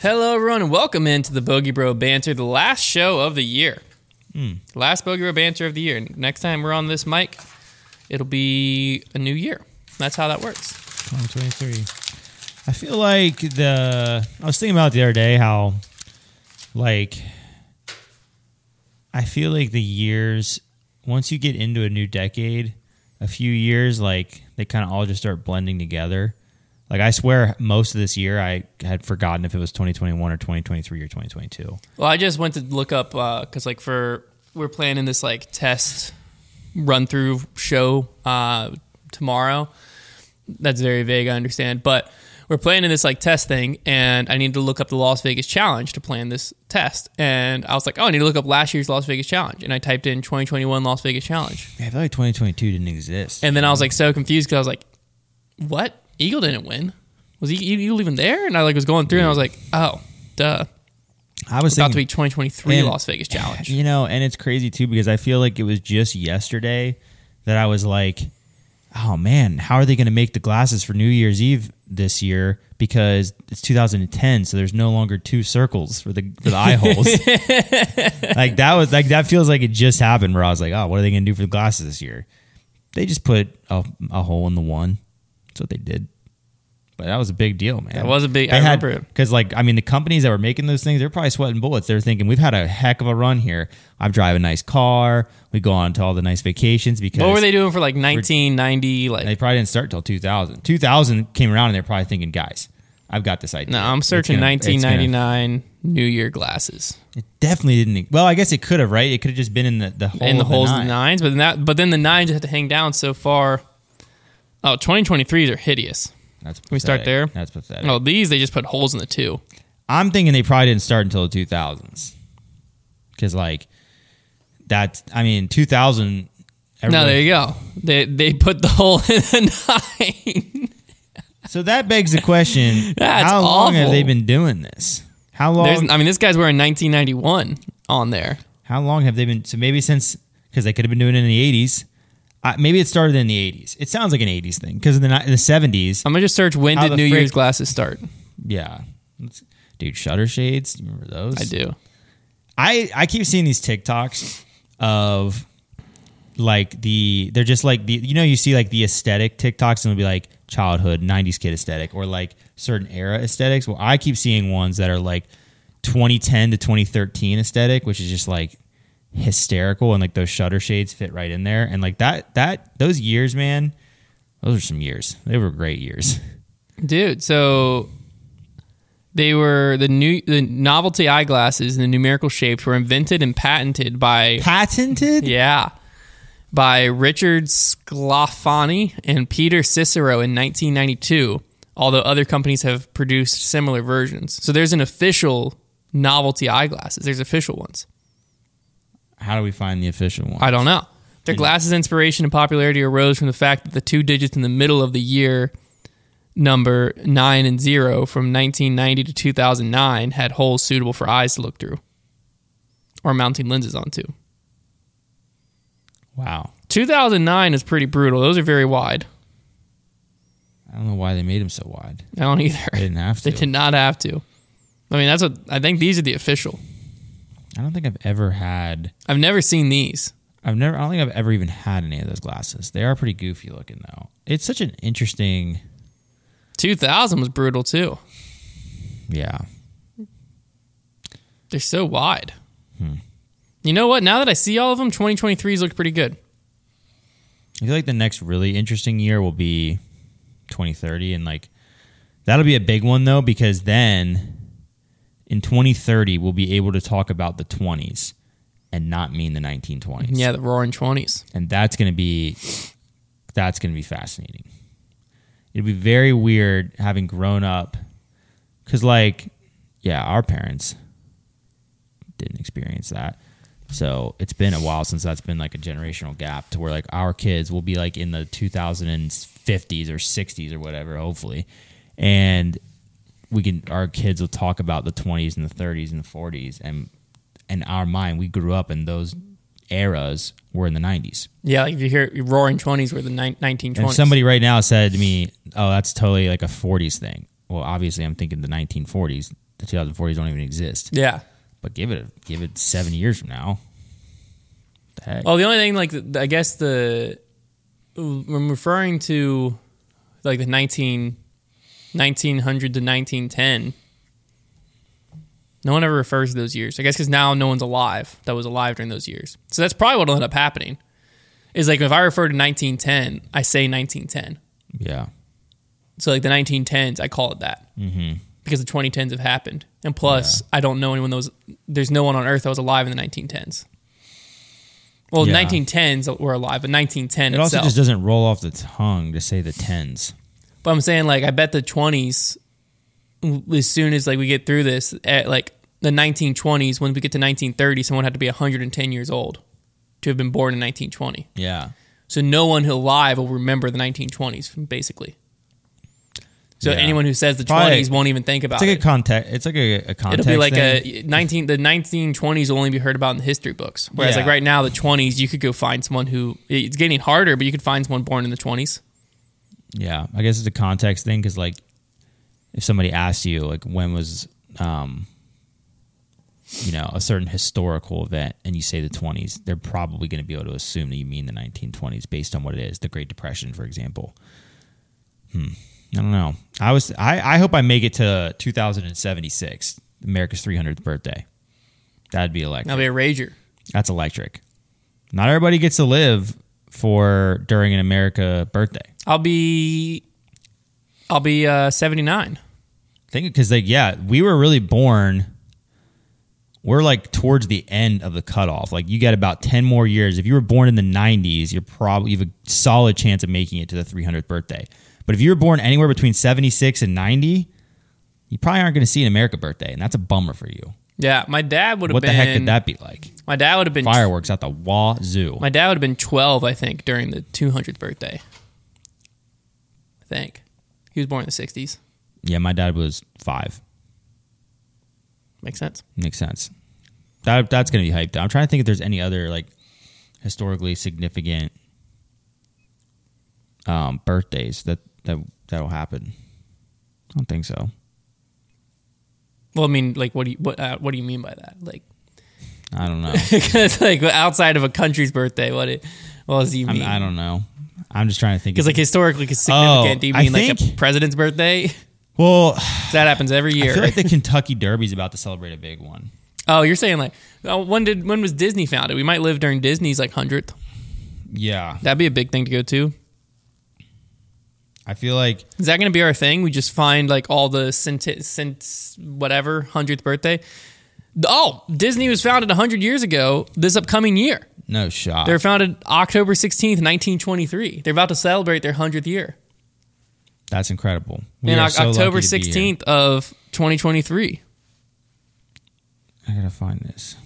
Hello, everyone, and welcome into the Bogey Bro Banter, the last show of the year. Last Bogey Bro Banter of the year. Next time we're on this mic, it'll be a new year. That's how that works. 2023. I feel like the. I was thinking about it the other day how, like, I feel like the years, once you get into a new decade, a few years, like, they kind of all just start blending together. Like, I swear most of this year I had forgotten if it was 2021 or 2023 or 2022. Well, I just went to look up because, like, for we're planning this like test run through show uh, tomorrow. That's very vague, I understand, but we're planning this like test thing, and I need to look up the Las Vegas Challenge to plan this test. And I was like, oh, I need to look up last year's Las Vegas Challenge, and I typed in 2021 Las Vegas Challenge. Yeah, I feel like 2022 didn't exist. And then I was like so confused because I was like, "What? Eagle didn't win? Was E- Eagle even there?" And I like was going through and I was like, "Oh, duh! I was It's about to thinking- be 2023 And- Las Vegas Challenge." You know, and it's crazy too because I feel like it was just yesterday that I was like, "Oh man, how are they going to make the glasses for New Year's Eve this year?" Because it's 2010, so there's no longer two circles for the for the eye holes. like that was like that feels like it just happened. Where I was like, "Oh, what are they going to do for the glasses this year?" They just put a, a hole in the one. That's what they did. But that was a big deal, man. That was a big- I remember it. Because, like, I mean, the companies that were making those things, they're probably sweating bullets. They're thinking, we've had a heck of a run here. I drive a nice car. We go on to all the nice vacations because What were they doing for like 1990? they Like, probably didn't start till 2000. 2000 came around and they're probably thinking, guys, I've got this idea. no, I'm It's searching gonna- it's gonna- 1999 New Year glasses it definitely didn't. e-, Well, I guess it could have, right? It could have just been in the, the hole. and the of holes in nine. the nines, but then that, but then the nines had to hang down so far. Oh, 2023s are hideous. That's Can we start there? That's pathetic. Oh, these they just put holes in the two. I'm thinking they probably didn't start until the 2000s. Because, like, that, I mean, 2000. No, everybody- there you go. They they put the hole in the nine. So that begs the question: That's How long have awful. they been doing this? How long? There's, I mean, this guy's wearing 1991 on there. how long have they been? So maybe since because they could have been doing it in the eighties. Uh, maybe it started in the eighties. It sounds like an eighties thing because in the ni- in the seventies. I'm gonna just search when How did the New frick- Year's glasses start. Yeah, Let's- dude, shutter shades. You remember those? I do. I I keep seeing these TikToks of like the they're just like the you know you see like the aesthetic TikToks and it'll be like childhood 90s kid aesthetic or like certain era aesthetics. Well, I keep seeing ones that are like 2010 to 2013 aesthetic, which is just like hysterical and like those shutter shades fit right in there and like that that those years, man. Those are some years. They were great years. Dude, so they were the new the novelty eyeglasses and the numerical shapes were invented and patented by Patented? yeah, by Richard Sclafani and Peter Cicero in 1992. Although other companies have produced similar versions, so there's an official novelty eyeglasses. There's official ones. How do we find the official one? I don't know. Their glasses' inspiration and popularity arose from the fact that the two digits in the middle of the year number 9 and 0 from 1990 to 2009 had holes suitable for eyes to look through or mounting lenses onto. wow. 2009 is pretty brutal. Those are very wide. I don't know why they made them so wide. I don't either. They didn't have to. They did not have to. I mean, that's what I think these are the official. I don't think I've ever had. I've never seen these. I've never. I don't think I've ever even had any of those glasses. They are pretty goofy looking though. It's such an interesting. 2000 was brutal too. Yeah. They're so wide. You know what? Now that I see all of them, 2023s look pretty good. I feel like the next really interesting year will be 2030, and like that'll be a big one though because then in 2030 we'll be able to talk about the 20s and not mean the 1920s. Yeah, the roaring 20s. and that's going to be that's going to be fascinating. It'd be very weird having grown up cuz like yeah, our parents didn't experience that. So, it's been a while since that's been like a generational gap to where like our kids will be like in the 2050s or 60s or whatever, hopefully. And we can our kids will talk about the 20s and the 30s and the 40s and in our mind we grew up in those eras were in the 90s Yeah, like if you hear roaring 20s were the nine- 1920s. and somebody right now said to me oh that's totally like a 40s thing well obviously i'm thinking the 1940s the 2040s don't even exist. Yeah. But give it give it seven years from now. The heck? Well, the only thing, like, th- I guess the when referring to like the 19, 1900 to nineteen ten. No one ever refers to those years. I guess because now no one's alive that was alive during those years. So that's probably what'll end up happening. Is like if I refer to nineteen ten, I say nineteen ten. yeah. So like the 1910s, I call it that because the 2010s have happened, and plus I don't know anyone that was. There's no one on Earth that was alive in the 1910s. Well, Yeah. 1910s were alive, but 1910 It also itself. just doesn't roll off the tongue to say the tens. but I'm saying like I bet the 20s, w- as soon as like we get through this, at like the 1920s, when we get to 1930, someone had to be 110 years old to have been born in 1920. Yeah. So no one who alive will remember the 1920s, basically. So Yeah. anyone who says the Probably- 20s won't even think about It's like it. a context. It's like a, a context. It'll be like thing. a nineteen. The nineteen twenties will only be heard about in the history books. Whereas, like Yeah. right now, the twenties you could go find someone who it's getting harder, but you could find someone born in the twenties. Yeah, I guess it's a context thing because like if somebody asks you like when was um you know a certain historical event and you say the 20s, they're probably going to be able to assume that you mean the 1920s based on what it is, the Great Depression, for example. Hmm. I don't know. I was I I hope I make it to 2076, America's 300th birthday. That'd be electric. That'll be a rager. That's electric. Not everybody gets to live for during an America birthday. I'll be, I'll be uh, seventy nine. think because like yeah we were really born we're like towards the end of the cutoff like you got about 10 more years if you were born in the 90s you're probably you have a solid chance of making it to the 300th birthday but if you were born anywhere between 76 and 90 you probably aren't going to see an america birthday and that's a bummer for you Yeah, my dad would have what been. the heck could that be like My dad would have been. fireworks at the wazoo My dad would have been twelve, I think, during the two hundredth birthday. I think he was born in the sixties. yeah my dad was five Makes sense. Makes sense. That that's gonna be hyped. I'm trying to think if there's any other like historically significant um, birthdays that that that'll happen. I don't think so. Well, I mean, like, what do you what uh, what do you mean by that? Like, I don't know. because like outside of a country's birthday, what it what does he I'm, mean? I don't know. I'm just trying to think. Because of- like historically, 'cause significant. Oh, do you I mean like a think- president's birthday? well, that happens every I year. feel like the Kentucky Derby's about to celebrate a big one. oh, you're saying like oh, when did when was Disney founded? We might live during Disney's like hundredth. Yeah, That'd be a big thing to go to. I feel like Is that going to be our thing? We just find like all the centi- cent whatever hundredth birthday. Oh, Disney was founded hundred years ago. This upcoming year, no shot. they were founded October sixteenth, nineteen twenty three. They're about to celebrate their hundredth year. That's incredible. in are Oc- so lucky October to be here. 16th of 2023. I gotta find this.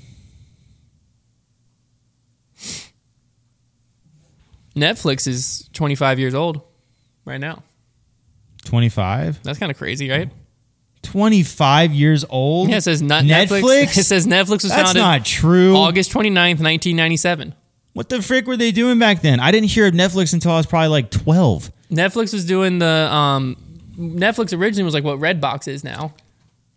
Netflix is 25 years old right now. 25? That's kind of crazy, right? 25 years old? Yeah, it says not Netflix. Netflix. It says Netflix was That's founded not true. August 29th, 1997. What the frick were they doing back then? I didn't hear of Netflix until I was probably like 12. Netflix was doing the um Netflix originally was like what Redbox is now.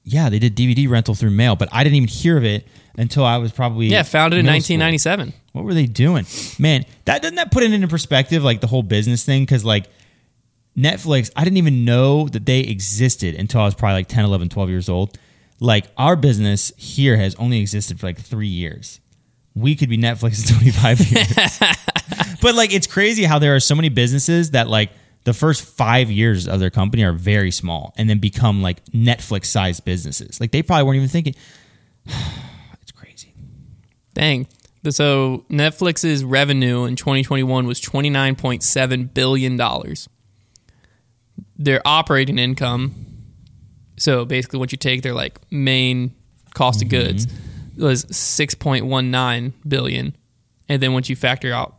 Yeah, they did DVD rental through mail, but I didn't even hear of it until I was probably Yeah, founded in middle 1997. school. What were they doing? Man, that doesn't that put it into perspective like the whole business thing cuz like Netflix, I didn't even know that they existed until I was probably like 10, 11, 12 years old. Like our business here has only existed for like 3 years. We could be Netflix in 25 years. but like it's crazy how there are so many businesses that like the first five years of their company are very small and then become like Netflix sized businesses. Like they probably weren't even thinking. it's crazy. Dang. So Netflix's revenue in 2021 was 29.7 billion dollars. Their operating income, so basically what you take their like main cost of goods was 6.19 billion, and then once you factor out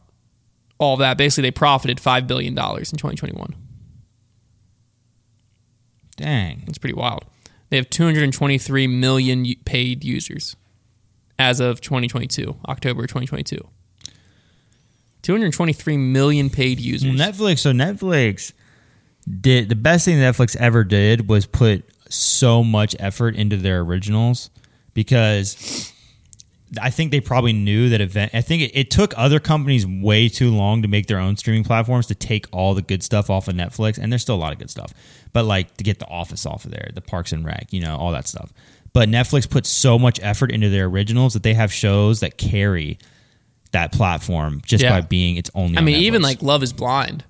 all that, basically they profited five billion dollars in 2021. Dang. That's pretty wild. They have 223 million u- paid users as of 2022, October 2022. 223 million paid users. Netflix. So Netflix did the best thing Netflix ever did was put so much effort into their originals because I think they probably knew that event. I think it, it took other companies way too long to make their own streaming platforms to take all the good stuff off of Netflix, and there's still a lot of good stuff, but like to get The Office off of there, the Parks and Rec, you know, all that stuff. But Netflix put so much effort into their originals that they have shows that carry that platform just Yeah. by being its only. I on mean, even Netflix. like Love is Blind.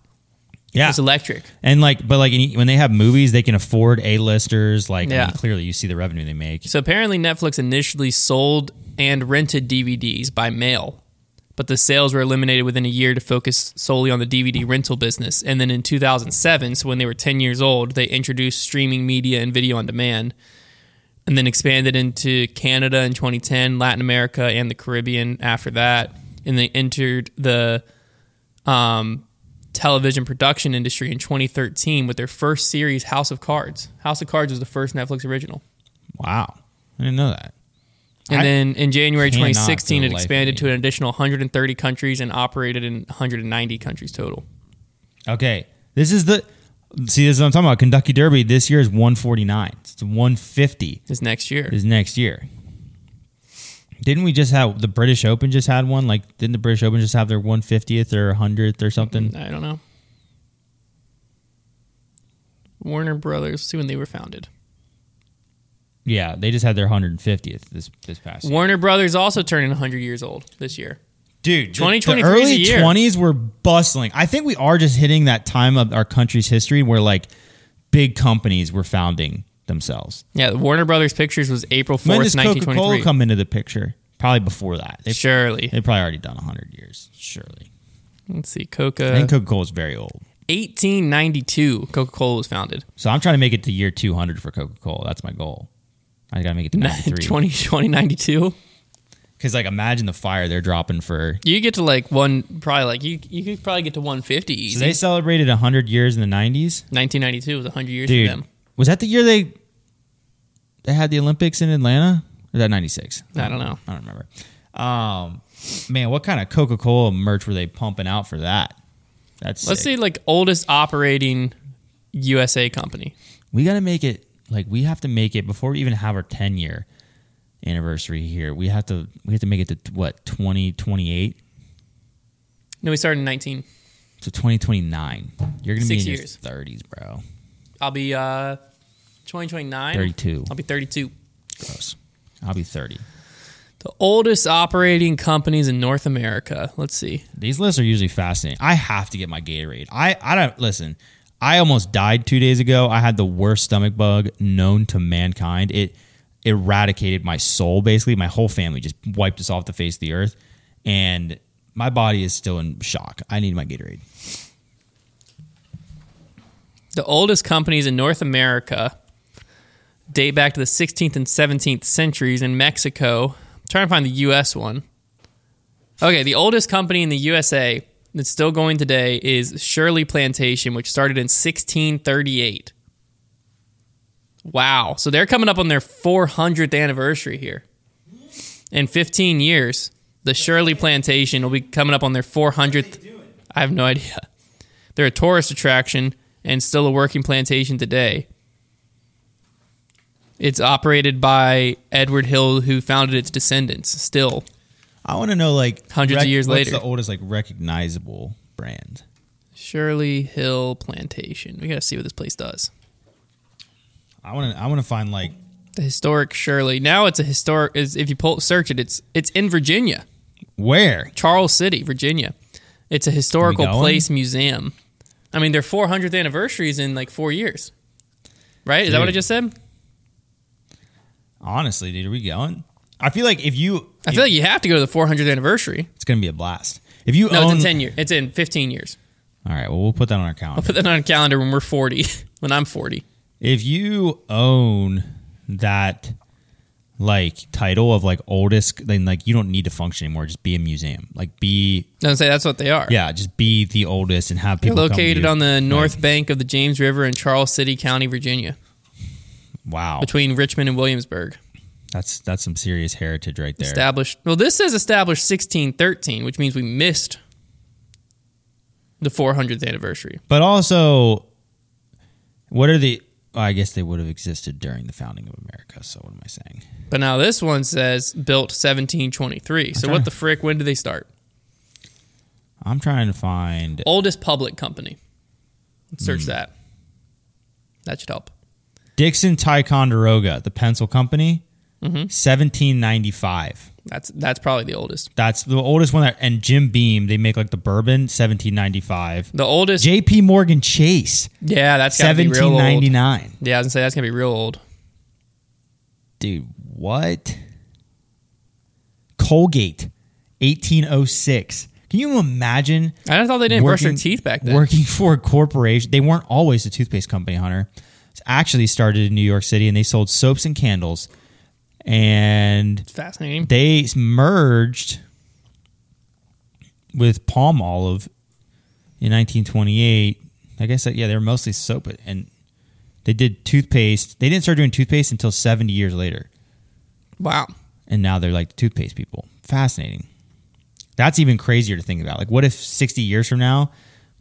yeah, It's electric. and like, but like when they have movies, they can afford A-listers. Like, I Yeah. mean, clearly, you see the revenue they make. So apparently, Netflix initially sold and rented DVDs by mail, but the sales were eliminated within a year to focus solely on the DVD rental business. And then in 2007, so when they were 10 years old, they introduced streaming media and video on demand, and then expanded into Canada in 2010, Latin America, and the Caribbean after that. And they entered the um, television production industry in 2013 with their first series, House of Cards. House of Cards was the first Netflix original. Wow, I didn't know that. And I then in January cannot 2016, for it the life of expanded me. to an additional 130 countries and operated in 190 countries total. Okay, this is the see. This is what I'm talking about. Kentucky Derby this year is 149. It's 150 This next year, is next year. Didn't we just have the British Open? Just had one. Like, didn't the British Open just have their 150th or 100th or something? I don't know. Warner Brothers, see when they were founded. Yeah, they just had their 150th this this past. year. Warner Brothers also turning 100 years old this year. Dude, the- 2023 the is early the year. 20s were bustling. I think we are just hitting that time of our country's history where like big companies were founding themselves. Yeah, Warner Brothers Pictures was April 4th, When does Coca Cola 1923. come into the picture? Probably before that. They Surely. They've probably already done 100 years, surely. Let's see, I Coca. think Coca Cola is very old. 1892, Coca Cola was founded. So I'm trying to make it to year 200 for Coca Cola. That's my goal. I got to make it to 93. 20, 2092. Because, like, imagine the fire they're dropping for. You get to like one, probably like, you, you could probably get to 150 easy. So they celebrated 100 years in the 90s? 1992 was 100 years Dude, for them. was that the year they they had the Olympics in Atlanta? Or was that 96? I don't know. I don't remember. Um, man, what kind of Coca Cola merch were they pumping out for that? That's Let's see, sick. like oldest operating USA company. we got to make it like we have to make it before we even have our 10 year anniversary here we have to we have to make it to what 2028 No, we started in 19. so 2029 you're gonna Six be in years. your 30s bro I'll be uh 2029. 32 I'll be 32. gross i'll be 30 The oldest operating companies in North America. Let's see. these lists are usually fascinating i have to get my gatorade i i don't listen i almost died two days ago i had the worst stomach bug known to mankind it eradicated my soul basically my whole family just wiped us off the face of the earth and my body is still in shock i need my gatorade The oldest companies in North America date back to the 16th and 17th centuries in Mexico. I'm trying to find the US one. Okay, the oldest company in the USA that's still going today is Shirley Plantation, which started in 1638. Wow. So they're coming up on their 400th anniversary here. In 15 years, the Shirley Plantation will be coming up on their 400th. I have no idea. They're a tourist attraction and still a working plantation today. It's operated by Edward Hill, who founded its descendants. Still, I want to know like Hundreds of years what's later. the oldest like recognizable brand. Shirley Hill Plantation. We gotta see what this place does. I want to I want to find like The historic Shirley. Now it's a historic. Is if you pull, search it, it's it's in Virginia, where Charles City, Virginia. It's a historical going? place museum. I mean, their 400th anniversary is in like four years, right? Is that what I Dude. just said? honestly, dude, are we going? I feel like if you I feel like you have to go to the 400th anniversary. it's gonna be a blast. If you No, own it's in 10 years. It's in 15 years. all right, well we'll put that on our I'll calendar. put that on a calendar when we're 40, when I'm 40. If you own that like title of like oldest, then like you don't need to function anymore. Just be a museum. Like be Don't say that's what they are. yeah, just be the oldest and have They're people come to located you. on the north bank of the James River in Charles City County, Virginia, Wow, between Richmond and Williamsburg. that's that's some serious heritage right there. Established. Well, this says established 1613, which means we missed the 400th anniversary. But also, what are the Well, I guess they would have existed during the founding of America. So what am I saying? But now this one says built 1723. So Okay. what the frick? When did they start? I'm trying to find. Oldest public company. Let's Hmm. search that. That should help. Dixon Ticonderoga, the pencil company, Mm-hmm. 1795. That's that's probably the oldest. That's the oldest one. That, and Jim Beam, they make like the bourbon, 1795. The oldest. J.P. Morgan Chase, yeah, that's gotta be real old. 1799. Yeah, I was gonna say that's gonna be real old. Dude, what? Colgate, 1806. Can you imagine? I thought they didn't brush their teeth back then. Working for a corporation, they weren't always a toothpaste company, Hunter. It's actually started in New York City, and they sold soaps and candles, and It's fascinating. they merged with palm olive in 1928. I guess that, yeah, they were mostly soap, and they did toothpaste. They didn't start doing toothpaste until 70 years later Wow. and now they're like the toothpaste people. Fascinating. That's even crazier to think about. Like, what if sixty years from now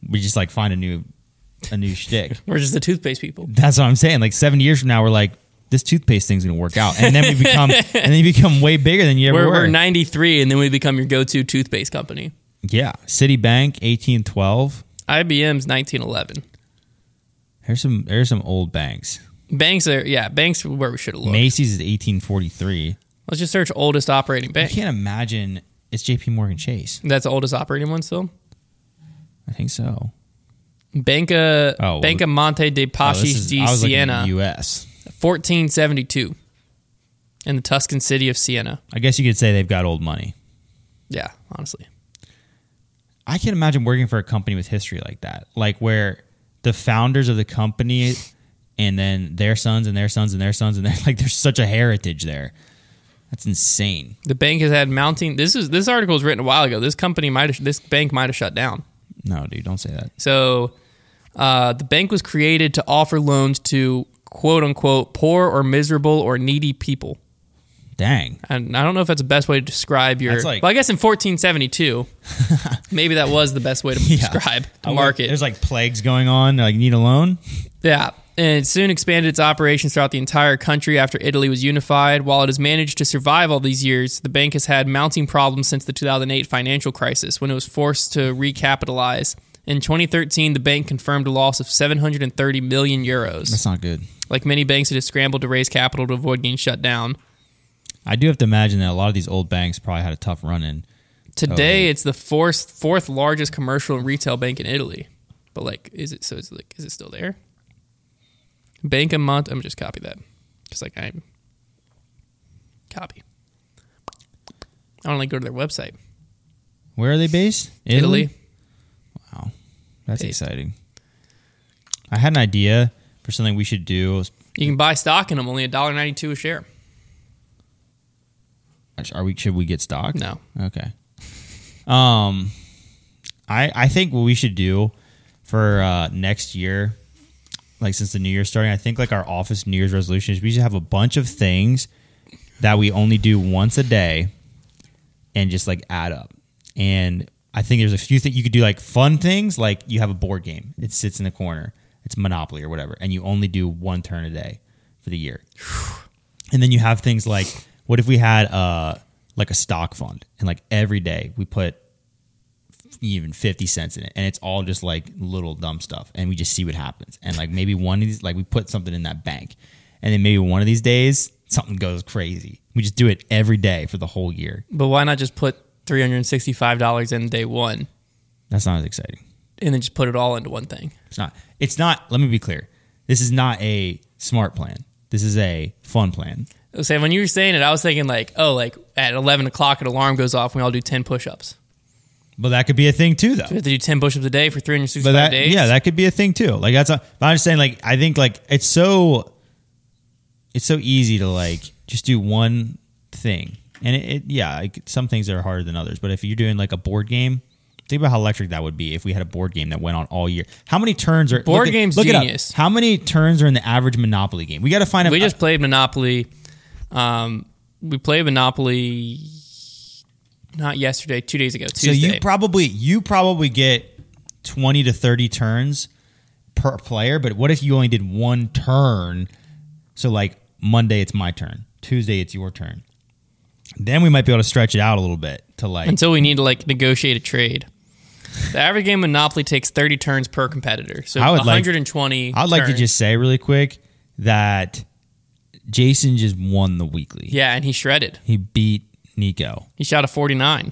we just like find a new, a new shtick? We're just the toothpaste people. That's what I'm saying. Like seventy years from now, we're like this toothpaste thing's gonna work out, and then we become and then you become way bigger than you ever We're, were. we're 93, and then we become your go-to toothpaste company. yeah, Citibank, eighteen twelve. IBM's 1911. There's some there's some old banks. Banks are yeah, banks are where we should have looked. Macy's is eighteen forty three. Let's just search oldest operating I bank. can't imagine it's J.P. Morgan Chase. That's the oldest operating one still. I think so. Banca Oh, well, Banca Monte de Oh, this Paschi is- di I was looking at Siena, U.S. 1472, in the Tuscan city of Siena. I guess you could say they've got old money. Yeah, honestly, I can't imagine working for a company with history like that, like where the founders of the company and then their sons and their sons and their sons and their like there's such a heritage there. That's insane. the bank has had mounting. This is this article was written a while ago. This company might have, this bank might have shut down. No, dude, don't say that. So uh, the bank was created to offer loans to quote unquote poor or miserable or needy people. Dang. And I don't know if that's the best way to describe your. That's like- well, I guess in 1472, maybe that was the best way to describe the I market. would- There's like plagues going on. Like you need a loan. Yeah. And it soon expanded its operations throughout the entire country after Italy was unified. While it has managed to survive all these years, the bank has had mounting problems since the 2008 financial crisis when it was forced to recapitalize. In 2013, the bank confirmed a loss of 730 million euros. That's not good. Like many banks, it has scrambled to raise capital to avoid getting shut down. I do have to imagine that a lot of these old banks probably had a tough run in. Today, it's the fourth, fourth largest commercial and retail bank in Italy. But like, is it so? It's like, is it still there? Bank of Mont. I'm gonna just copy that. Just like I'm copy. I only go to their website. Where are they based? Italy. Wow, that's Based. exciting. I had an idea for something we should do. You can buy stock in them only a dollar ninety two a share. Are we? Should we get stock? No, Okay. Um, I I think what we should do for uh, next year, like since the new year's starting, I think like our office New Year's resolution is we should have a bunch of things that we only do once a day, and just like add up. And I think there's a few things you could do, like fun things, like you have a board game, it sits in a corner, it's Monopoly or whatever, and you only do one turn a day for the year. And then you have things like, what if we had uh like a stock fund and like every day we put even 50 cents in it and it's all just like little dumb stuff and we just see what happens. And like maybe one of these, like we put something in that bank and then maybe one of these days something goes crazy. We just do it every day for the whole year. but why not just put three hundred sixty five dollars in day one That's not as exciting. and then just put it all into one thing? It's not, it's not, let me be clear. This is not a smart plan. This is a fun plan. So when you were saying it, I was thinking like, oh, like at eleven o'clock, an alarm goes off, and we all do ten push ups. But that could be a thing too, though. We have to do 10 push-ups a day for 365 but that, days. yeah, that could be a thing too. Like that's, a, but I'm just saying, like I think like it's so, it's so easy to like just do one thing, and it, it yeah, like some things are harder than others. But if you're doing like a board game, think about how electric that would be if we had a board game that went on all year. How many turns are Board look game's It, look genius. It up. How many turns are in the average Monopoly game? We got to find out. we just played Monopoly. Um, we played Monopoly not yesterday, two days ago, so Tuesday. you probably you probably get twenty to thirty turns per player, but what if you only did one turn? So like Monday, it's my turn. Tuesday, it's your turn. Then we might be able to stretch it out a little bit to like until we need to like negotiate a trade. The average game of Monopoly takes 30 turns per competitor. So I would like- 120. I'd like to turns. just say really quick that Jason just won the weekly. Yeah, and he shredded. He beat Nico. He shot a 49.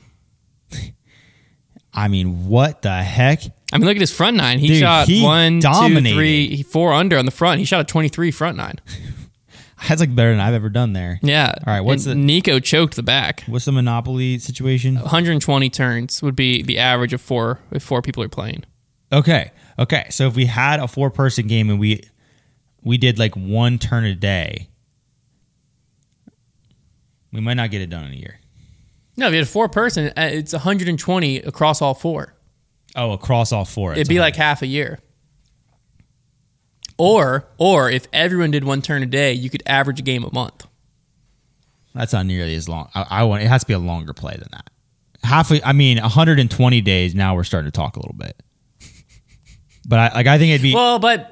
I mean, what the heck? I mean, look at his front nine. He Dude, shot he one, two, three, four dominated. under on the front. He shot a 23 front nine. That's like better than I've ever done there. Yeah. All right, what's and the- Nico choked the back. What's the monopoly situation? 120 turns would be the average of four if four people are playing. Okay. Okay. So if we had a four person game and we we did like one turn a day, we might not get it done in a year. No, if you had a four person, uh, it's 120 across all four. Oh, across all four. It'd be like half a year. Or or if everyone did one turn a day, you could average a game a month. that's not nearly as long. I, I want it has to be a longer play than that. Half. A, I mean, 120 days. Now we're starting to talk a little bit. But I like. I think it'd be. Well, but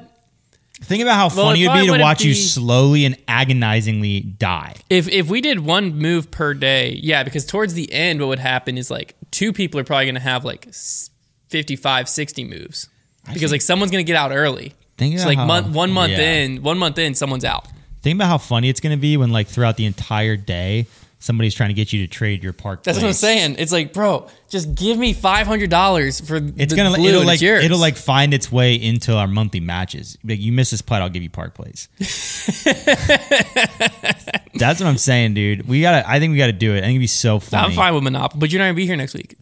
think about how well, it funny it'd probably be to wouldn't watch you be- slowly and agonizingly die. if if we did one move per day, yeah, because towards the end what would happen is like two people are probably going to have like s- 55 60 moves. Because like someone's going to get out early. Think So about like how- month, one month yeah. in, one month in someone's out. Think about how funny it's going to be when, like, throughout the entire day, somebody's trying to get you to trade your park. That's what I'm place. saying. It's like, bro, just give me five hundred dollars for It's the gonna blue it'll and like it's yours. it'll like find its way into our monthly matches. Like you miss this putt, I'll give you park plays. That's what I'm saying, dude. We gotta. I think we gotta do it. I think it'd be so funny. I'm fine with Monopoly, but you're not gonna be here next week.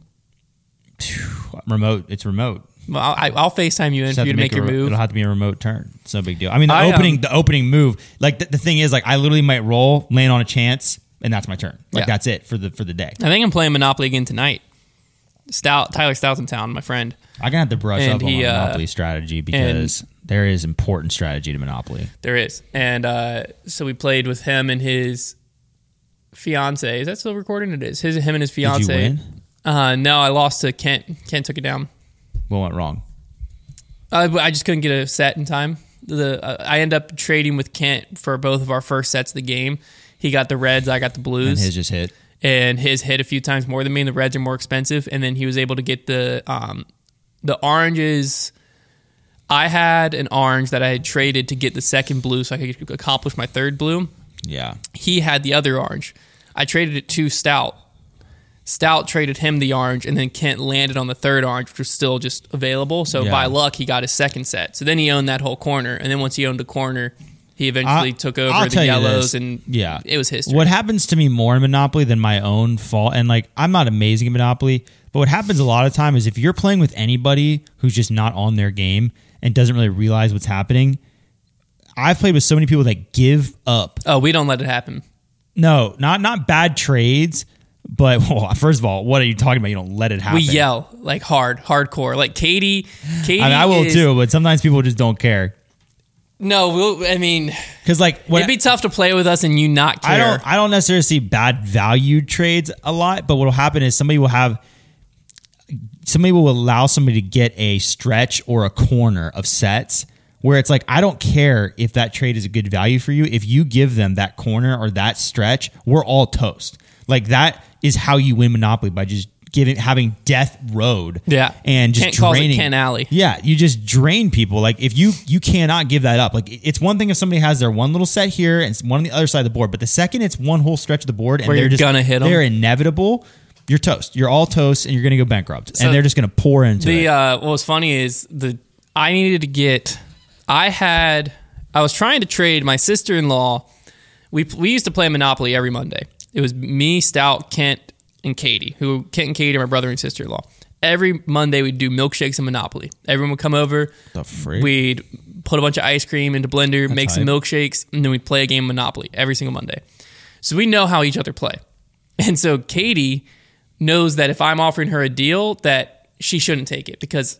Remote. It's remote. Well, I, I'll FaceTime you in Just for have you to make, a your re- move. It'll have to be a remote turn. It's no big deal. I mean, the I, um, opening. the opening move. Like the, the thing is, like I literally might roll, land on a chance, and that's my turn. Like Yeah. that's it for the for the day. I think I'm playing Monopoly again tonight. Stout, Tyler Stout's in town, my friend. I gotta have to brush And up on he, my uh, monopoly strategy because there is important strategy to monopoly. There is, and uh, so we played with him and his fiance. Is that still recording? It is. His, him and his Did fiance. you win? Uh, no, I lost to Kent. Kent took it down. What went wrong? I, I just couldn't get a set in time. The uh, I end up trading with Kent for both of our first sets of the game. He got the reds, I got the And blues, his just hit. and his hit a few times more than me. And the reds are more expensive, and then he was able to get the um, the oranges. I had an orange that I had traded to get the second blue, so I could accomplish my third blue. Yeah. He had the other orange. I traded it to Stout. Stout traded him the orange, and then Kent landed on the third orange, which was still just available. So Yeah. by luck, he got his second set. So then he owned that whole corner, and then once he owned the corner, he eventually took over I'll the tell you yellows, this. and Yeah. it was history. What happens to me more in Monopoly than my own fault, and like I'm not amazing at Monopoly, but what happens a lot of time is if you're playing with anybody who's just not on their game and doesn't really realize what's happening, I've played with so many people that give up. oh, we don't let it happen. No, not not bad trades, but well, first of all, what are you talking about? You don't let it happen. We yell like hard, hardcore. Like Katie, Katie. I mean, I will is- too, but sometimes people just don't care No, we'll, I mean, because like when it'd be tough to play with us and you not care. I don't I don't necessarily see bad value trades a lot, but what will happen is somebody will have somebody will allow somebody to get a stretch or a corner of sets where it's like I don't care if that trade is a good value for you. If you give them that corner or that stretch, we're all toast. Like that is how you win Monopoly by just giving having death road. Yeah. And just Kent calls it draining Ken Alley. yeah, you just drain people. Like if you you cannot give that up. Like it's one thing if somebody has their one little set here and one on the other side of the board, but the second it's one whole stretch of the board and Where they're you're just gonna hit 'em. They're inevitable. You're toast. You're all toast, and you're gonna go bankrupt. So and they're just gonna pour into the it. uh, what was funny is the I needed to get I had I was trying to trade my sister in law. We we used to play Monopoly every Monday. It was me, Stout, Kent, and Katie. Who Kent and Katie are my brother and sister in law. Every Monday we'd do milkshakes and Monopoly. Everyone would come over. The frick? We'd put a bunch of ice cream into blender, make some hype. milkshakes, and then we'd play a game of Monopoly every single Monday. So we know how each other play. And so Katie knows that if I'm offering her a deal, that she shouldn't take it because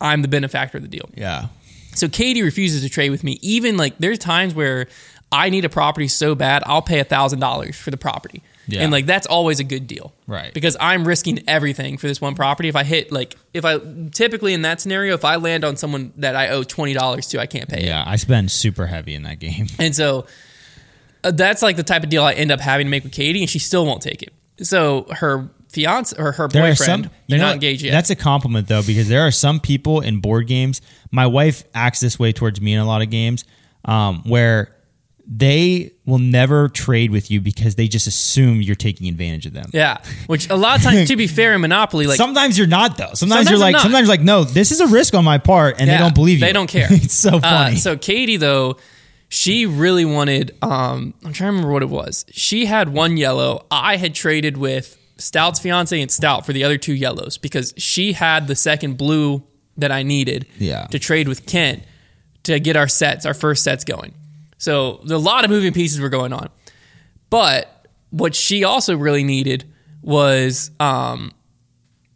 I'm the benefactor of the deal. yeah. So Katie refuses to trade with me. Even like there's times where I need a property so bad, I'll pay thousand dollars for the property. Yeah. And like that's always a good deal. Right. Because I'm risking everything for this one property. If I hit like if I typically in that scenario, if I land on someone that I owe twenty dollars to, I can't pay it. Yeah, I spend super heavy in that game. And so uh, that's like the type of deal I end up having to make with Katie, and she still won't take it. So her fiance or her There are boyfriend, some- you they're know, not engaged yet. That's a compliment though, because there are some people in board games. My wife acts this way towards me in a lot of games, um, where they will never trade with you because they just assume you're taking advantage of them. yeah. Which a lot of times, to be fair, in Monopoly, like sometimes you're not though. Sometimes, Sometimes you're I'm like, not. sometimes you're like, no, this is a risk on my part, and they Yeah, don't believe you. They don't care. it's so funny. Uh, so Katie though, she really wanted. Um, I'm trying to remember what it was. She had one yellow. I had traded with Stout's fiance and Stout for the other two yellows because she had the second blue that I needed. Yeah. To trade with Kent to get our sets, our first sets going. So a lot of moving pieces were going on. But what she also really needed was um,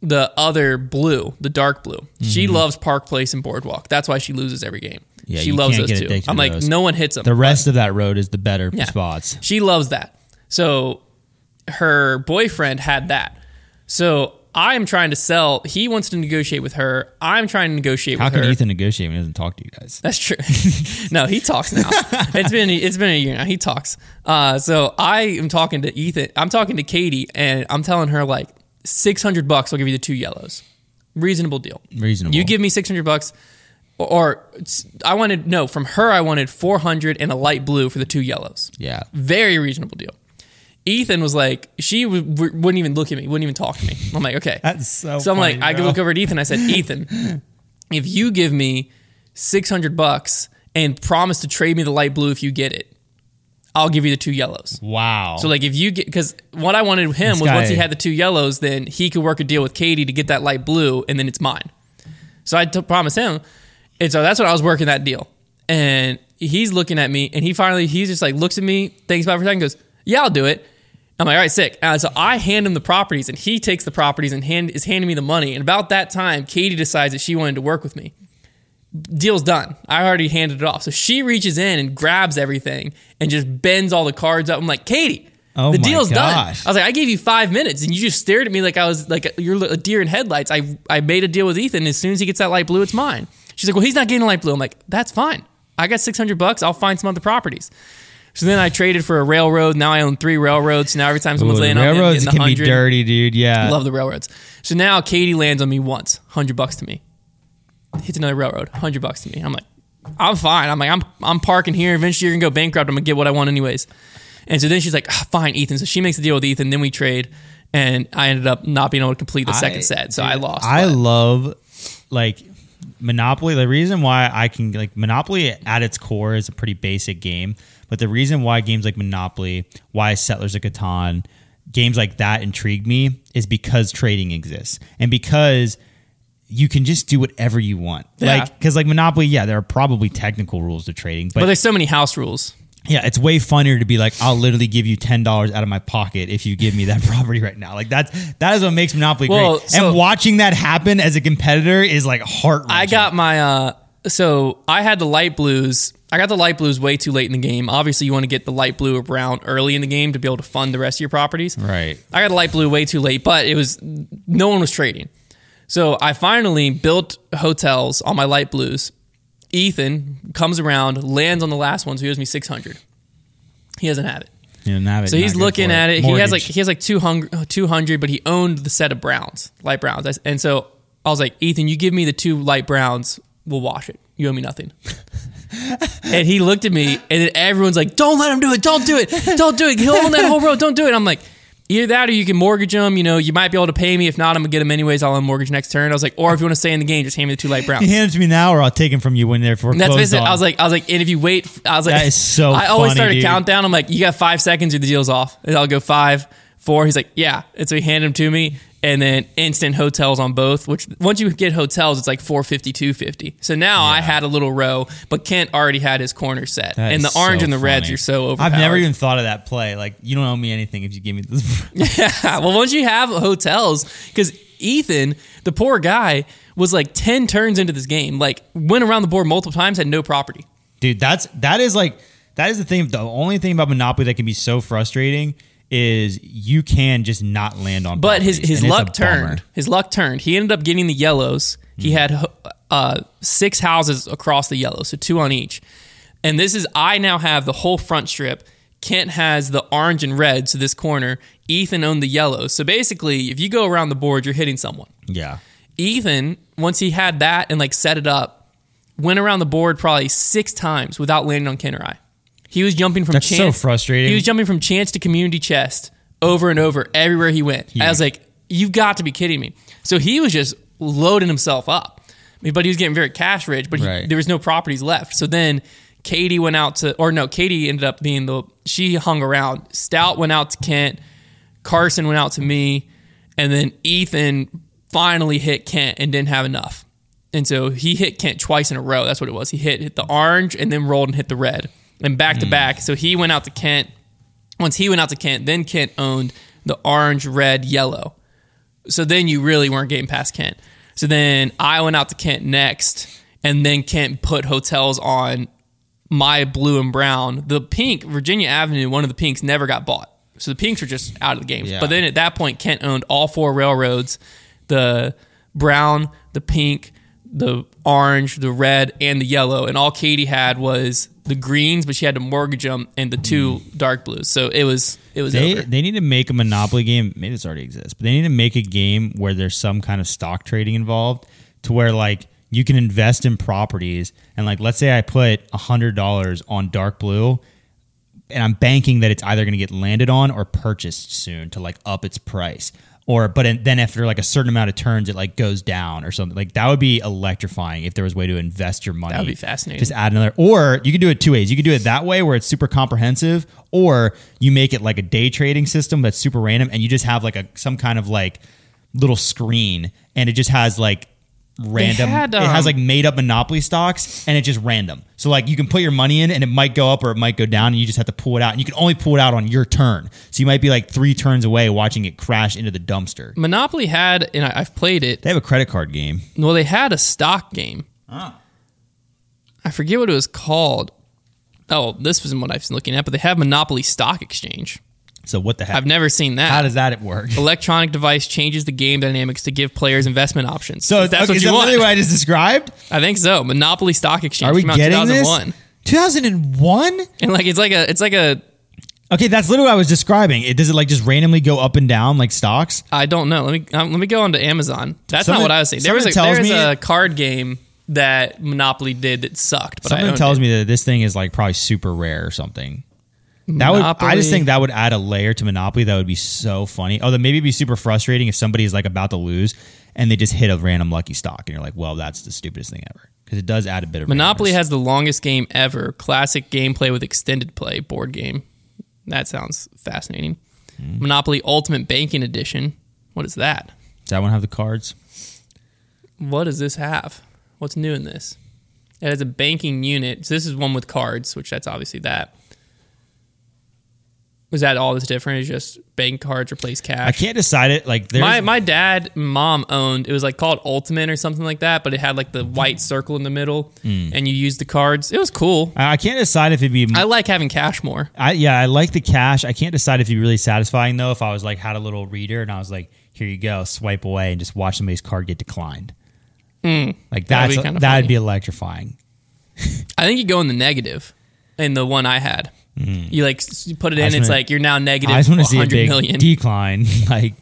the other blue, the dark blue. She loves Park Place and Boardwalk. That's why she loses every game. Mm-hmm. Yeah, she you loves can't those get two. addicted I'm to like, those. no one hits them. the rest of that road is the better spots. She loves that. So her boyfriend had that. So I'm trying to sell. He wants to negotiate with her. I'm trying to negotiate How with can her. Ethan negotiate when he doesn't talk to you guys? That's true. no, he talks now. It's been it's been a year now. He talks. Uh, so I am talking to Ethan. I'm talking to Katie, and I'm telling her like six hundred bucks. I'll give you the two yellows. Reasonable deal. Reasonable. You give me six hundred bucks, or, or it's- I wanted no from her. I wanted four hundred and a light blue for the two yellows. Yeah. Very reasonable deal. Ethan was like, she w- w- wouldn't even look at me, wouldn't even talk to me. I'm like, okay. That's so So I'm like, funny, I could bro. look over at Ethan. I said, Ethan, if you give me 600 bucks and promise to trade me the light blue if you get it, I'll give you the two yellows. Wow. So like if you get because what I wanted him This was once guy- he had the two yellows, then he could work a deal with Katie to get that light blue, and then it's mine. So I t- promised him, and so that's what I was working that deal. And he's looking at me, and he finally he's just like looks at me, thinks about it for a second, goes, "Yeah, I'll do it." I'm like, "All right, sick." And so I hand him the properties, and he takes the properties and hand is handing me the money. And about that time, Katie decides that she wanted to work with me deal's done. I already handed it off. So she reaches in and grabs everything and just bends all the cards up. I'm like, Katie, Oh the my deal's gosh. done. I was like, I gave you five minutes and you just stared at me like I was like a, you're a deer in headlights. I I made a deal with Ethan. As soon as he gets that light blue, it's mine. She's like, well, he's not getting a light blue. I'm like, that's fine. I got 600 bucks. I'll find some other properties. So then I traded for a railroad. Now I own three railroads. Now every time someone's Ooh, laying on me, I'm railroads getting the can be 100. dirty, dude. Yeah. Love the railroads. So now Katie lands on me once, hundred bucks to me. Hits another railroad, hundred bucks to me. I'm like, I'm fine. I'm like, I'm I'm parking here. Eventually, you're gonna go bankrupt. I'm gonna get what I want anyways. And so then she's like, "Ah, fine, Ethan. So she makes a deal with Ethan. Then we trade, and I ended up not being able to complete the second set. So I dude, lost. I but- love like Monopoly. The reason why I can like Monopoly at its core is a pretty basic game, but the reason why games like Monopoly, why Settlers of Catan, games like that intrigue me is because trading exists and because you can just do whatever you want. Yeah. Like cuz like Monopoly, yeah, there are probably technical rules to trading, but there's so many house rules. yeah, it's way funnier to be like, I'll literally give you ten dollars out of my pocket if you give me that property right now. Like that's that is what makes Monopoly Well, great. so- and watching that happen as a competitor is like heart. I got my uh so I had the light blues. I got the light blues way too late in the game. Obviously, you want to get the light blue or brown early in the game to be able to fund the rest of your properties. Right. I got a light blue way too late, but it was no one was trading. So I finally built hotels on my light blues. Ethan comes around, lands on the last one, so he owes me six hundred. He doesn't have it. You know, now that So you're he's not good looking for at it. He has like Mortgage. he has like 200, 200, but he owned the set of browns, light browns. I s- And so I was like, Ethan, you give me the two light browns, we'll wash it. You owe me nothing. and he looked at me, and then everyone's like, "Don't let him do it! Don't do it! Don't do it! He'll own that whole road! Don't do it!" I'm like, either that, or you can mortgage him. You know, you might be able to pay me. If not, I'm gonna get him anyways. I'll unmortgage next turn. I was like, or if you want to stay in the game, just hand me the two light browns. You hand it to me now, or I'll take him from you when they're for That's basically. I was like, I was like, and if you wait, I was like, That is so I always funny, start a dude. countdown. I'm like, you got five seconds, or the deal's off. And I'll go five, four. He's like, yeah. And so he handed them to me, and then instant hotels on both. Which once you get hotels, it's like four fifty, two fifty. So now I had a little row, but Kent already had his corner set, That and is the orange so and the reds funny. are so overpowered. I've never even thought of that play. Like you don't owe me anything if you give me this. Yeah. Well, once you have hotels, because Ethan, the poor guy, was like ten turns into this game, like went around the board multiple times, had no property. dude that's that is like that is the thing. The only thing about Monopoly that can be so frustrating is you can just not land on. But his properties, his and it's a luck turned. bummer. Hmm. His luck turned. He ended up getting the yellows. He had uh, six houses across the yellow, so two on each. And this is I now have the whole front strip. Kent has the orange and red, so this corner. Ethan owned the yellow. So basically, if you go around the board, you're hitting someone. Yeah. Ethan, once he had that and like set it up, went around the board probably six times without landing on Ken or I. He was jumping from That's so chance. frustrating. He was jumping from chance to community chest over and over everywhere he went. I was like, you've got to be kidding me. So he was just loading himself up. But he was getting very cash rich, but he, Right. there was no properties left. So then Katie went out to, or no, Katie ended up being the, she hung around. Stout went out to Kent. Carson went out to me, and then Ethan finally hit Kent and didn't have enough. And so he hit Kent twice in a row. That's what it was. He hit, hit the orange and then rolled and hit the red and back to back. So he went out to Kent. Once he went out to Kent, then Kent owned the orange, red, yellow. So then you really weren't getting past Kent. So then I went out to Kent next, and then Kent put hotels on my blue and brown. The pink, Virginia Avenue, one of the pinks never got bought. So the pinks were just out of the game. Yeah. But then at that point, Kent owned all four railroads the brown, the pink, the orange, the red, and the yellow. And all Katie had was the greens, but she had to mortgage them and the two dark blues. So it was, it was They over. they need to make a Monopoly game. Maybe this already exists, but they need to make a game where there's some kind of stock trading involved, to where like you can invest in properties and like let's say I put hundred dollars on dark blue, and I'm banking that it's either going to get landed on or purchased soon to like up its price. Or but then after like a certain amount of turns, it like goes down or something. Like that would be electrifying if there was a way to invest your money. That would be fascinating. Just add another, or you can do it two ways. You can do it that way where it's super comprehensive, or you make it like a day trading system that's super random, and you just have like a some kind of like little screen, and it just has like random. had, it has um, like made up monopoly stocks, and it's just random. So like you can put your money in, and it might go up or it might go down, and you just have to pull it out, and you can only pull it out on your turn. So you might be like three turns away watching it crash into the dumpster. Monopoly had, and I- I've played it. They have a credit card game. Well, they had a stock game. I forget what it was called. Oh, this wasn't what I've been looking at, but they have Monopoly Stock Exchange. So what the heck? I've never seen that. How does that work? Electronic device changes the game dynamics to give players investment options. So If that's okay, what is you that want. literally what I just described? I think so. Monopoly Stock Exchange. Are we came out in getting this? 2001. 2001? And like it's like a it's like a Okay, that's literally what I was describing. It does it like just randomly go up and down like stocks? I don't know. Let me um, let me go on to Amazon. That's Something- not what I was saying. There was a, something tells there was me- a card game that Monopoly did that sucked. But I Something owned tells it. me that this thing is like probably super rare or something. That would I just Monopoly. think that would add a layer to Monopoly that would be so funny. Although maybe it'd be super frustrating if somebody is like about to lose and they just hit a random lucky stock and you're like, well, that's the stupidest thing ever. Because it does add a bit of Monopoly randomness. has the longest game ever. Classic gameplay with extended play board game. That sounds fascinating. Hmm. Monopoly Ultimate Banking Edition. What is that? Does that one have the cards? What does this have? What's new in this? It has a banking unit. So this is one with cards, which that's obviously that. Was that all that's different? Is just bank cards replace I cash? can't decide it. Like there's My my dad and mom owned it was like called Ultimate or something like that, but it had like the white circle in the middle, Hmm. and you used the cards. It was cool. I I can't decide if it'd be I like having cash more. I yeah, I like the cash. I can't decide if it'd be really satisfying though. If I was like had a little reader and I was like, here you go, swipe away and just watch somebody's card get declined. Like Hmm. That'd that's be kinda that'd be, funny. electrifying. I think you go in the negative in the one I had. You like s- you put it Hmm. I in, just it's wanna- like you're now negative I just want to see a 100 big million. decline. like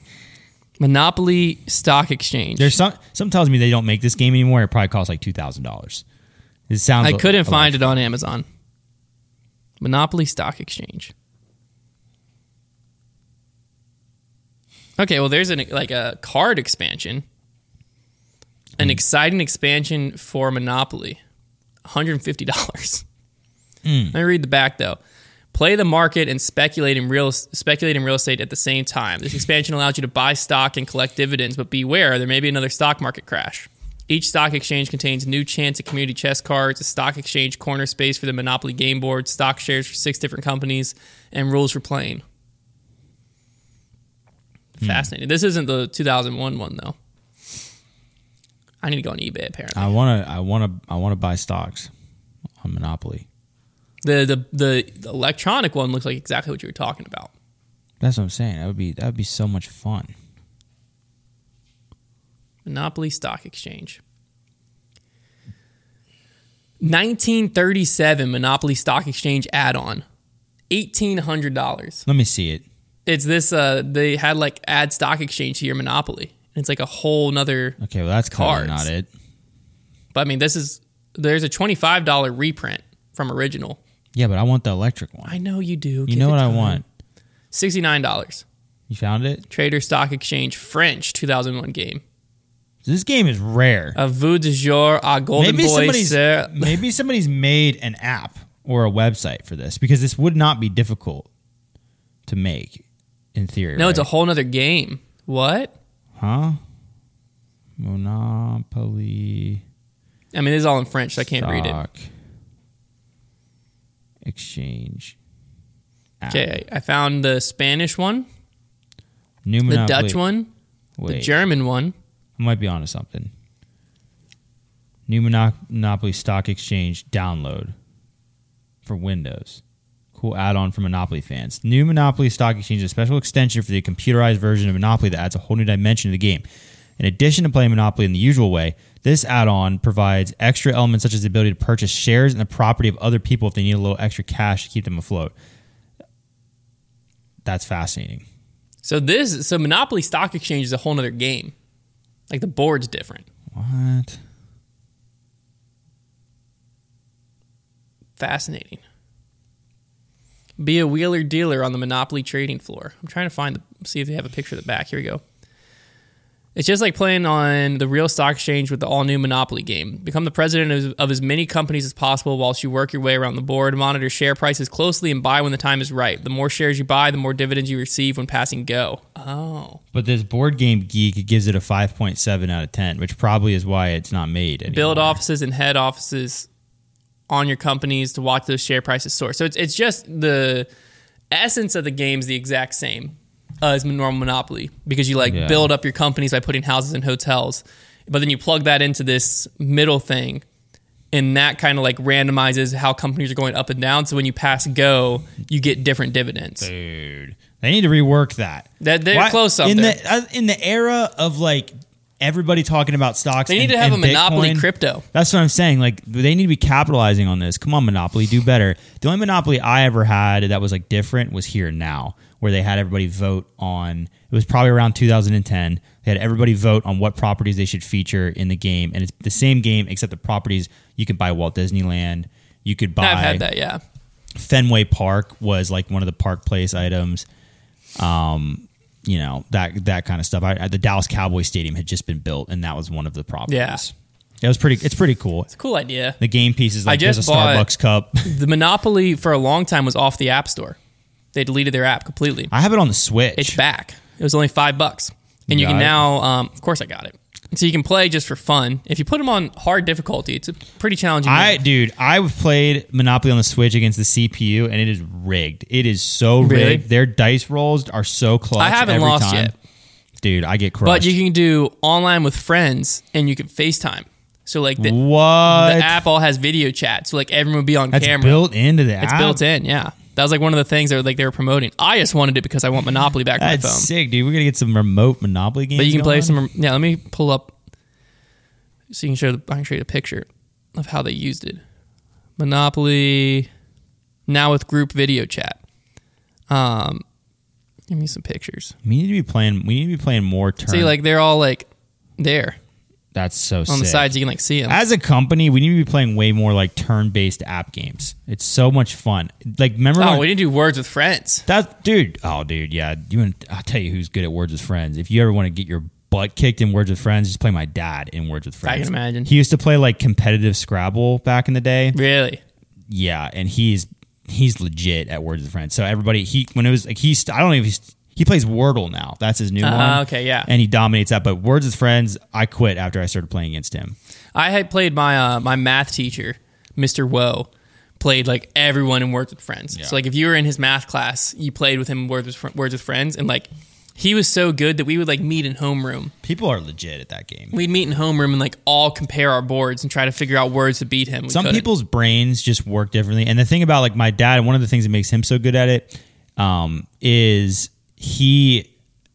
Monopoly Stock Exchange. there's some some tells me they don't make this game anymore. It probably costs like two thousand dollars. It sounds I couldn't a- find it on Amazon. Monopoly Stock Exchange. Okay, well, there's an like a card expansion, an exciting expansion for Monopoly, one hundred and fifty dollars. Let me read the back though. Play the market and speculate in real speculate in real estate at the same time. This expansion allows you to buy stock and collect dividends, but beware there may be another stock market crash. Each stock exchange contains new chance and community chess cards, a stock exchange corner space for the Monopoly game board, stock shares for six different companies, and rules for playing. Fascinating. This isn't the 2001 one though. I need to go on eBay apparently. I wanna I wanna I wanna buy stocks on Monopoly. The, the the electronic one looks like exactly what you were talking about. That's what I'm saying. That would be that would be so much fun. Monopoly Stock Exchange. 1937 Monopoly Stock Exchange add-on. $1800. Let me see it. It's this uh they had like add stock exchange to your Monopoly. It's like a whole nother Okay, well that's clearly Cards. not it. but I mean this is there's a $25 reprint from original. Yeah, but I want the electric one. I know you do. you know what I want? $69. You found it? Trader Stock Exchange French 2001 game. This game is rare. A vous du jour à Golden maybe Boy somebody's Sir. maybe somebody's made an app or a website for this because this would not be difficult to make in theory. No, it's a right? whole nother game. What? huh Monopoly. I mean, this is all in French, so I can't read it. stock Exchange. Ah. app. Okay, I I found the Spanish one, New the Monopoly. Dutch one, Wait, the German one. I might be onto something. New Mono- Monopoly Stock Exchange download for Windows. Cool add-on for Monopoly fans. New Monopoly Stock Exchange is a special extension for the computerized version of Monopoly that adds a whole new dimension to the game. In addition to playing Monopoly in the usual way, this add-on provides extra elements such as the ability to purchase shares in the property of other people if they need a little extra cash to keep them afloat. That's fascinating. So this, so Monopoly Stock Exchange is a whole nother game. Like the board's different. What? Fascinating. Be a wheeler dealer on the Monopoly trading floor. I'm trying to find the see if they have a picture of the back. Here we go. It's just like playing on the real stock exchange with the all new Monopoly game. Become the president of, of as many companies as possible whilst you work your way around the board. Monitor share prices closely and buy when the time is right. The more shares you buy, the more dividends you receive when passing go. Oh. But this board game geek gives it a 5.7 out of 10, which probably is why it's not made. Anymore. Build offices and head offices on your companies to watch those share prices soar. So it's, it's just the essence of the game is the exact same uh, as normal Monopoly because you like Yeah. build up your companies by putting houses and hotels, but then you plug that into this middle thing, and that kind of like randomizes how companies are going up and down. So when you pass go, you get different dividends. Dude, they need to rework that. That they're Why- close up in there. the uh, in the era of like everybody talking about stocks. They need and- to have a and monopoly Bitcoin, crypto. That's what I'm saying. Like they need to be capitalizing on this. Come on, Monopoly, do better. The only Monopoly I ever had that was like different was here now, where they had everybody vote on. It was probably around 2010. They had everybody vote on what properties they should feature in the game, and it's the same game except the properties you could buy Walt Disneyland. You could buy I've had that, yeah. Fenway Park was like one of the park place items. Um, you know that that kind of stuff. I, I- the Dallas Cowboy Stadium had just been built, and that was one of the properties. Yeah. it was pretty. It's pretty cool. Cool idea. The game pieces like just there's a bought- Starbucks cup. The Monopoly for a long time was off the App Store. They deleted their app completely. I have it on the Switch. It's back. It was only five bucks, and you Got can it. now. Um, of course, I got it. So you can play just for fun. If you put them on hard difficulty, it's a pretty challenging. I game. dude, I've played Monopoly on the Switch against the CPU, and it is rigged. It is so Really? rigged. Their dice rolls are so clutch. I haven't every lost time. yet. dude. I get crushed. but you can do online with friends, and you can FaceTime. So like the, the what? app all has video chat. So like everyone would be on That's camera. built into the it's app. built in. Yeah, that was like one of the things that like they were promoting. I just wanted it because I want Monopoly back on my That's phone. sick, dude. We're gonna get some remote Monopoly games. But you can play going. some. Yeah, let me pull up so you can show. The, I can show you the picture of how they used it. Monopoly now with group video chat. Um, give me some pictures. We need to be playing. We need to be playing more turn. See, like they're all like there that's so on sick. the sides. You can like see them. As a company, we need to be playing way more like turn-based app games. It's so much fun. Like remember Oh, when- we didn't do words with friends. that dude? Oh, dude, yeah. You and I'll tell you who's good at Words with Friends. If you ever want to get your butt kicked in Words with Friends, just play my dad in Words with Friends. I can imagine. He used to play like competitive Scrabble back in the day. Really? yeah, and he's he's legit at Words with Friends. So everybody, he when it was like he's I don't know if he's he plays Wordle now. That's his new Uh, one. okay, yeah. and he dominates that. But Words with Friends, I quit after I started playing against him. I had played my uh, my math teacher, Mr. Woe, played like everyone in Words with Friends. So like if you were in his math class, you played with him in Words with, Fr- Words with Friends, and like He was so good that we would like meet in homeroom. People are legit at that game. We'd meet in homeroom and like all compare our boards and try to figure out words to beat him. We Some couldn't. people's brains just work differently. And the thing about like my dad, one of the things that makes him so good at it um, is he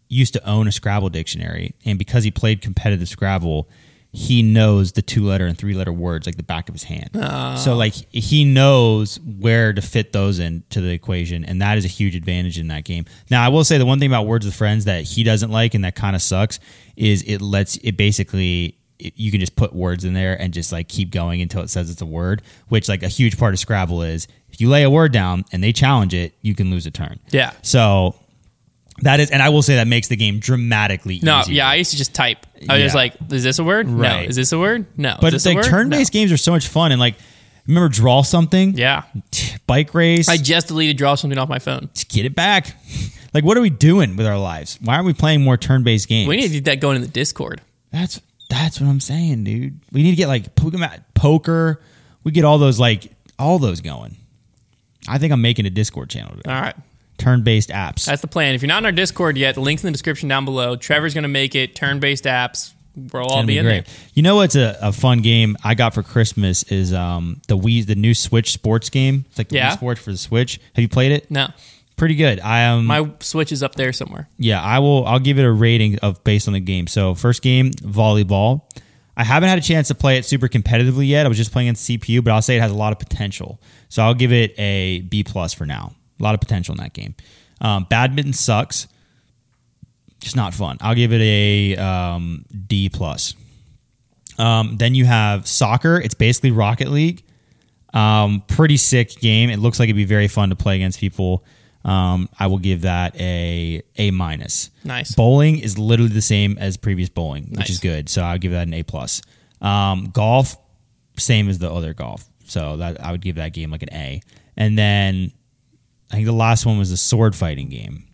used to own a Scrabble dictionary, and because he played competitive Scrabble, he knows the two letter and three letter words like the back of his hand. So like he knows where to fit those into the equation, and that is a huge advantage in that game. Now I will say the one thing about Words with Friends that he doesn't like and that kind of sucks is it lets it basically it- you can just put words in there and just like keep going until it says it's a word, which like a huge part of Scrabble is if you lay a word down and they challenge it, you can lose a turn. Yeah. So that is, and I will say that makes the game dramatically No, easier. yeah, I used to just type. I was just Yeah. like, "Is this a word? Right. No. Is this a word? No. But is this a like word? turn-based No. games are so much fun, and like remember draw something. Yeah, Bike race. I just deleted draw something off my phone. just get it back. like, what are we doing with our lives? Why aren't we playing more turn-based games? We need to get that going in the Discord. that's that's what I'm saying, dude. We need to get like po- poker. We get all those like all those going. I think I'm making a Discord channel. All right, Turn-based apps. that's the plan. If you're not in our Discord yet, the link's in the description down below. Trevor's gonna make it turn-based apps. We'll all Gonna be, in there. You know what's a, a fun game I got for Christmas is um the Wii the new Switch sports game. It's like the Yeah. Wii Sports for the Switch. Have you played it? No, Pretty good. I um my switch is up there somewhere. yeah, I will I'll give it a rating of based on the game. So first game, volleyball. I haven't had a chance to play it super competitively yet. I was just playing on CPU, but I'll say it has a lot of potential. So I'll give it a B plus for now. A lot of potential in that game. Um, badminton sucks. Just not fun. I'll give it a um, D plus. Um, then you have soccer. It's basically Rocket League. Um, pretty sick game. It looks like it'd be very fun to play against people. Um, I will give that a A minus. Nice. Bowling is literally the same as previous bowling, which is Nice. good. So I'll give that an A plus. Um, golf, same as the other golf. So that I would give that game like an A. And then I think the last one was the sword fighting game.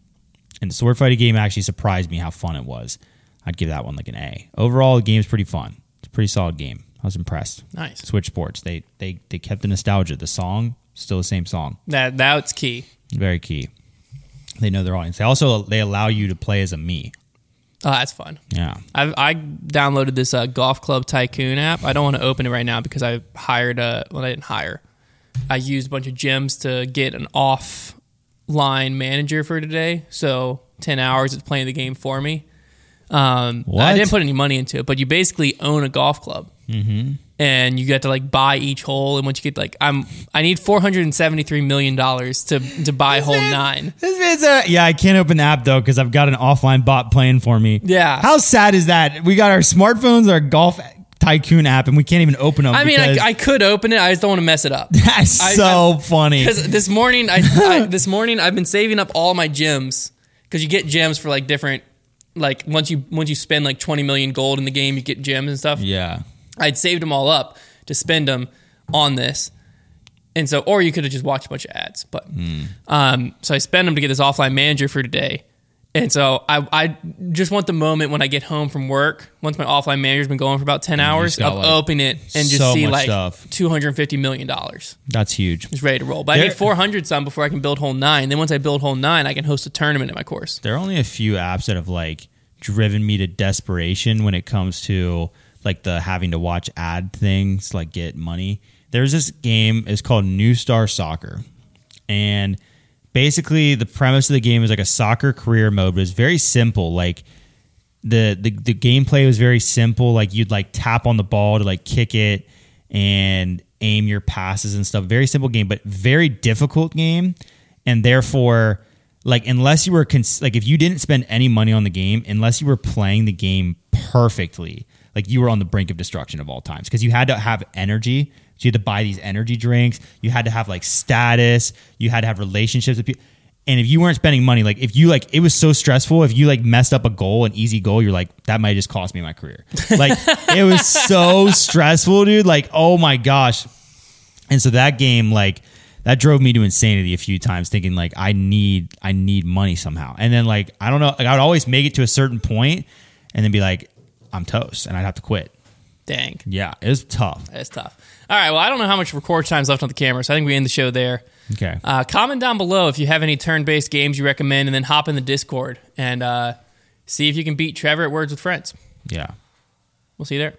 And the sword fighting game actually surprised me how fun it was. I'd give that one like an A. Overall, the game's pretty fun. It's a pretty solid game. I was impressed. Nice. Switch Sports. They they they kept the nostalgia. The song still the same song. That that's key. Very key. They know their audience. They also they allow you to play as a me. Oh, that's fun. Yeah. I've, I downloaded this uh, golf club tycoon app. I don't want to open it right now because I hired a. Well, I didn't hire. I used a bunch of gems to get an offline manager for today. So ten hours is playing the game for me. Um, I What? didn't put any money into it, but you basically own a golf club, mm-hmm. and you get to like buy each hole. And once you get like, I'm I need four hundred and seventy three million dollars to to buy hole nine. This means uh, yeah, I can't open the app though because I've got an offline bot playing for me. Yeah. How sad is that? We got our smartphones, our golf tycoon app, and we can't even open them. I mean, I, because- I could open it. I just don't want to mess it up. that's I- so funny. Because this morning, I, I this morning I've been saving up all my gems because you get gems for like different, like once you once you spend like twenty million gold in the game, you get gems and stuff. Yeah. I'd saved them all up to spend them on this, and so or you could have just watched a bunch of ads, but Hmm. um, so I spend them to get this offline manager for today. And so I, I just want the moment when I get home from work, once my offline manager's been going for about ten hours, got, I'll like, open it and just so see much like stuff. two hundred fifty million dollars That's huge. is ready to roll. But I There- need 400 some before I can build hole nine. Then once I build hole nine, I can host a tournament at my course. there are only a few apps that have like driven me to desperation when it comes to like the having to watch ad things like get money there's this game it's called new star soccer and basically the premise of the game is like a soccer career mode but it's very simple like the, the the gameplay was very simple like you'd like tap on the ball to like kick it and aim your passes and stuff very simple game but very difficult game and therefore like unless you were cons- like if you didn't spend any money on the game unless you were playing the game perfectly like you were on the brink of destruction of all times because you had to have energy so you had to buy these energy drinks you had to have like status you had to have relationships with people and if you weren't spending money like if you like it was so stressful if you like messed up a goal an easy goal you're like that might just cost me my career like it was so stressful dude like oh my gosh and so that game, like, that drove me to insanity a few times, thinking like I need I need money somehow. And then like I don't know, like I would always make it to a certain point and then be like, I'm toast and I'd have to quit. Dang. Yeah, it was tough. That's tough. All right. Well, I don't know how much record time's left on the camera, so I think we end the show there. Okay. Uh, comment down below if you have any turn-based games you recommend, and then hop in the Discord and uh, see if you can beat Trevor at Words with Friends. yeah. We'll see you there.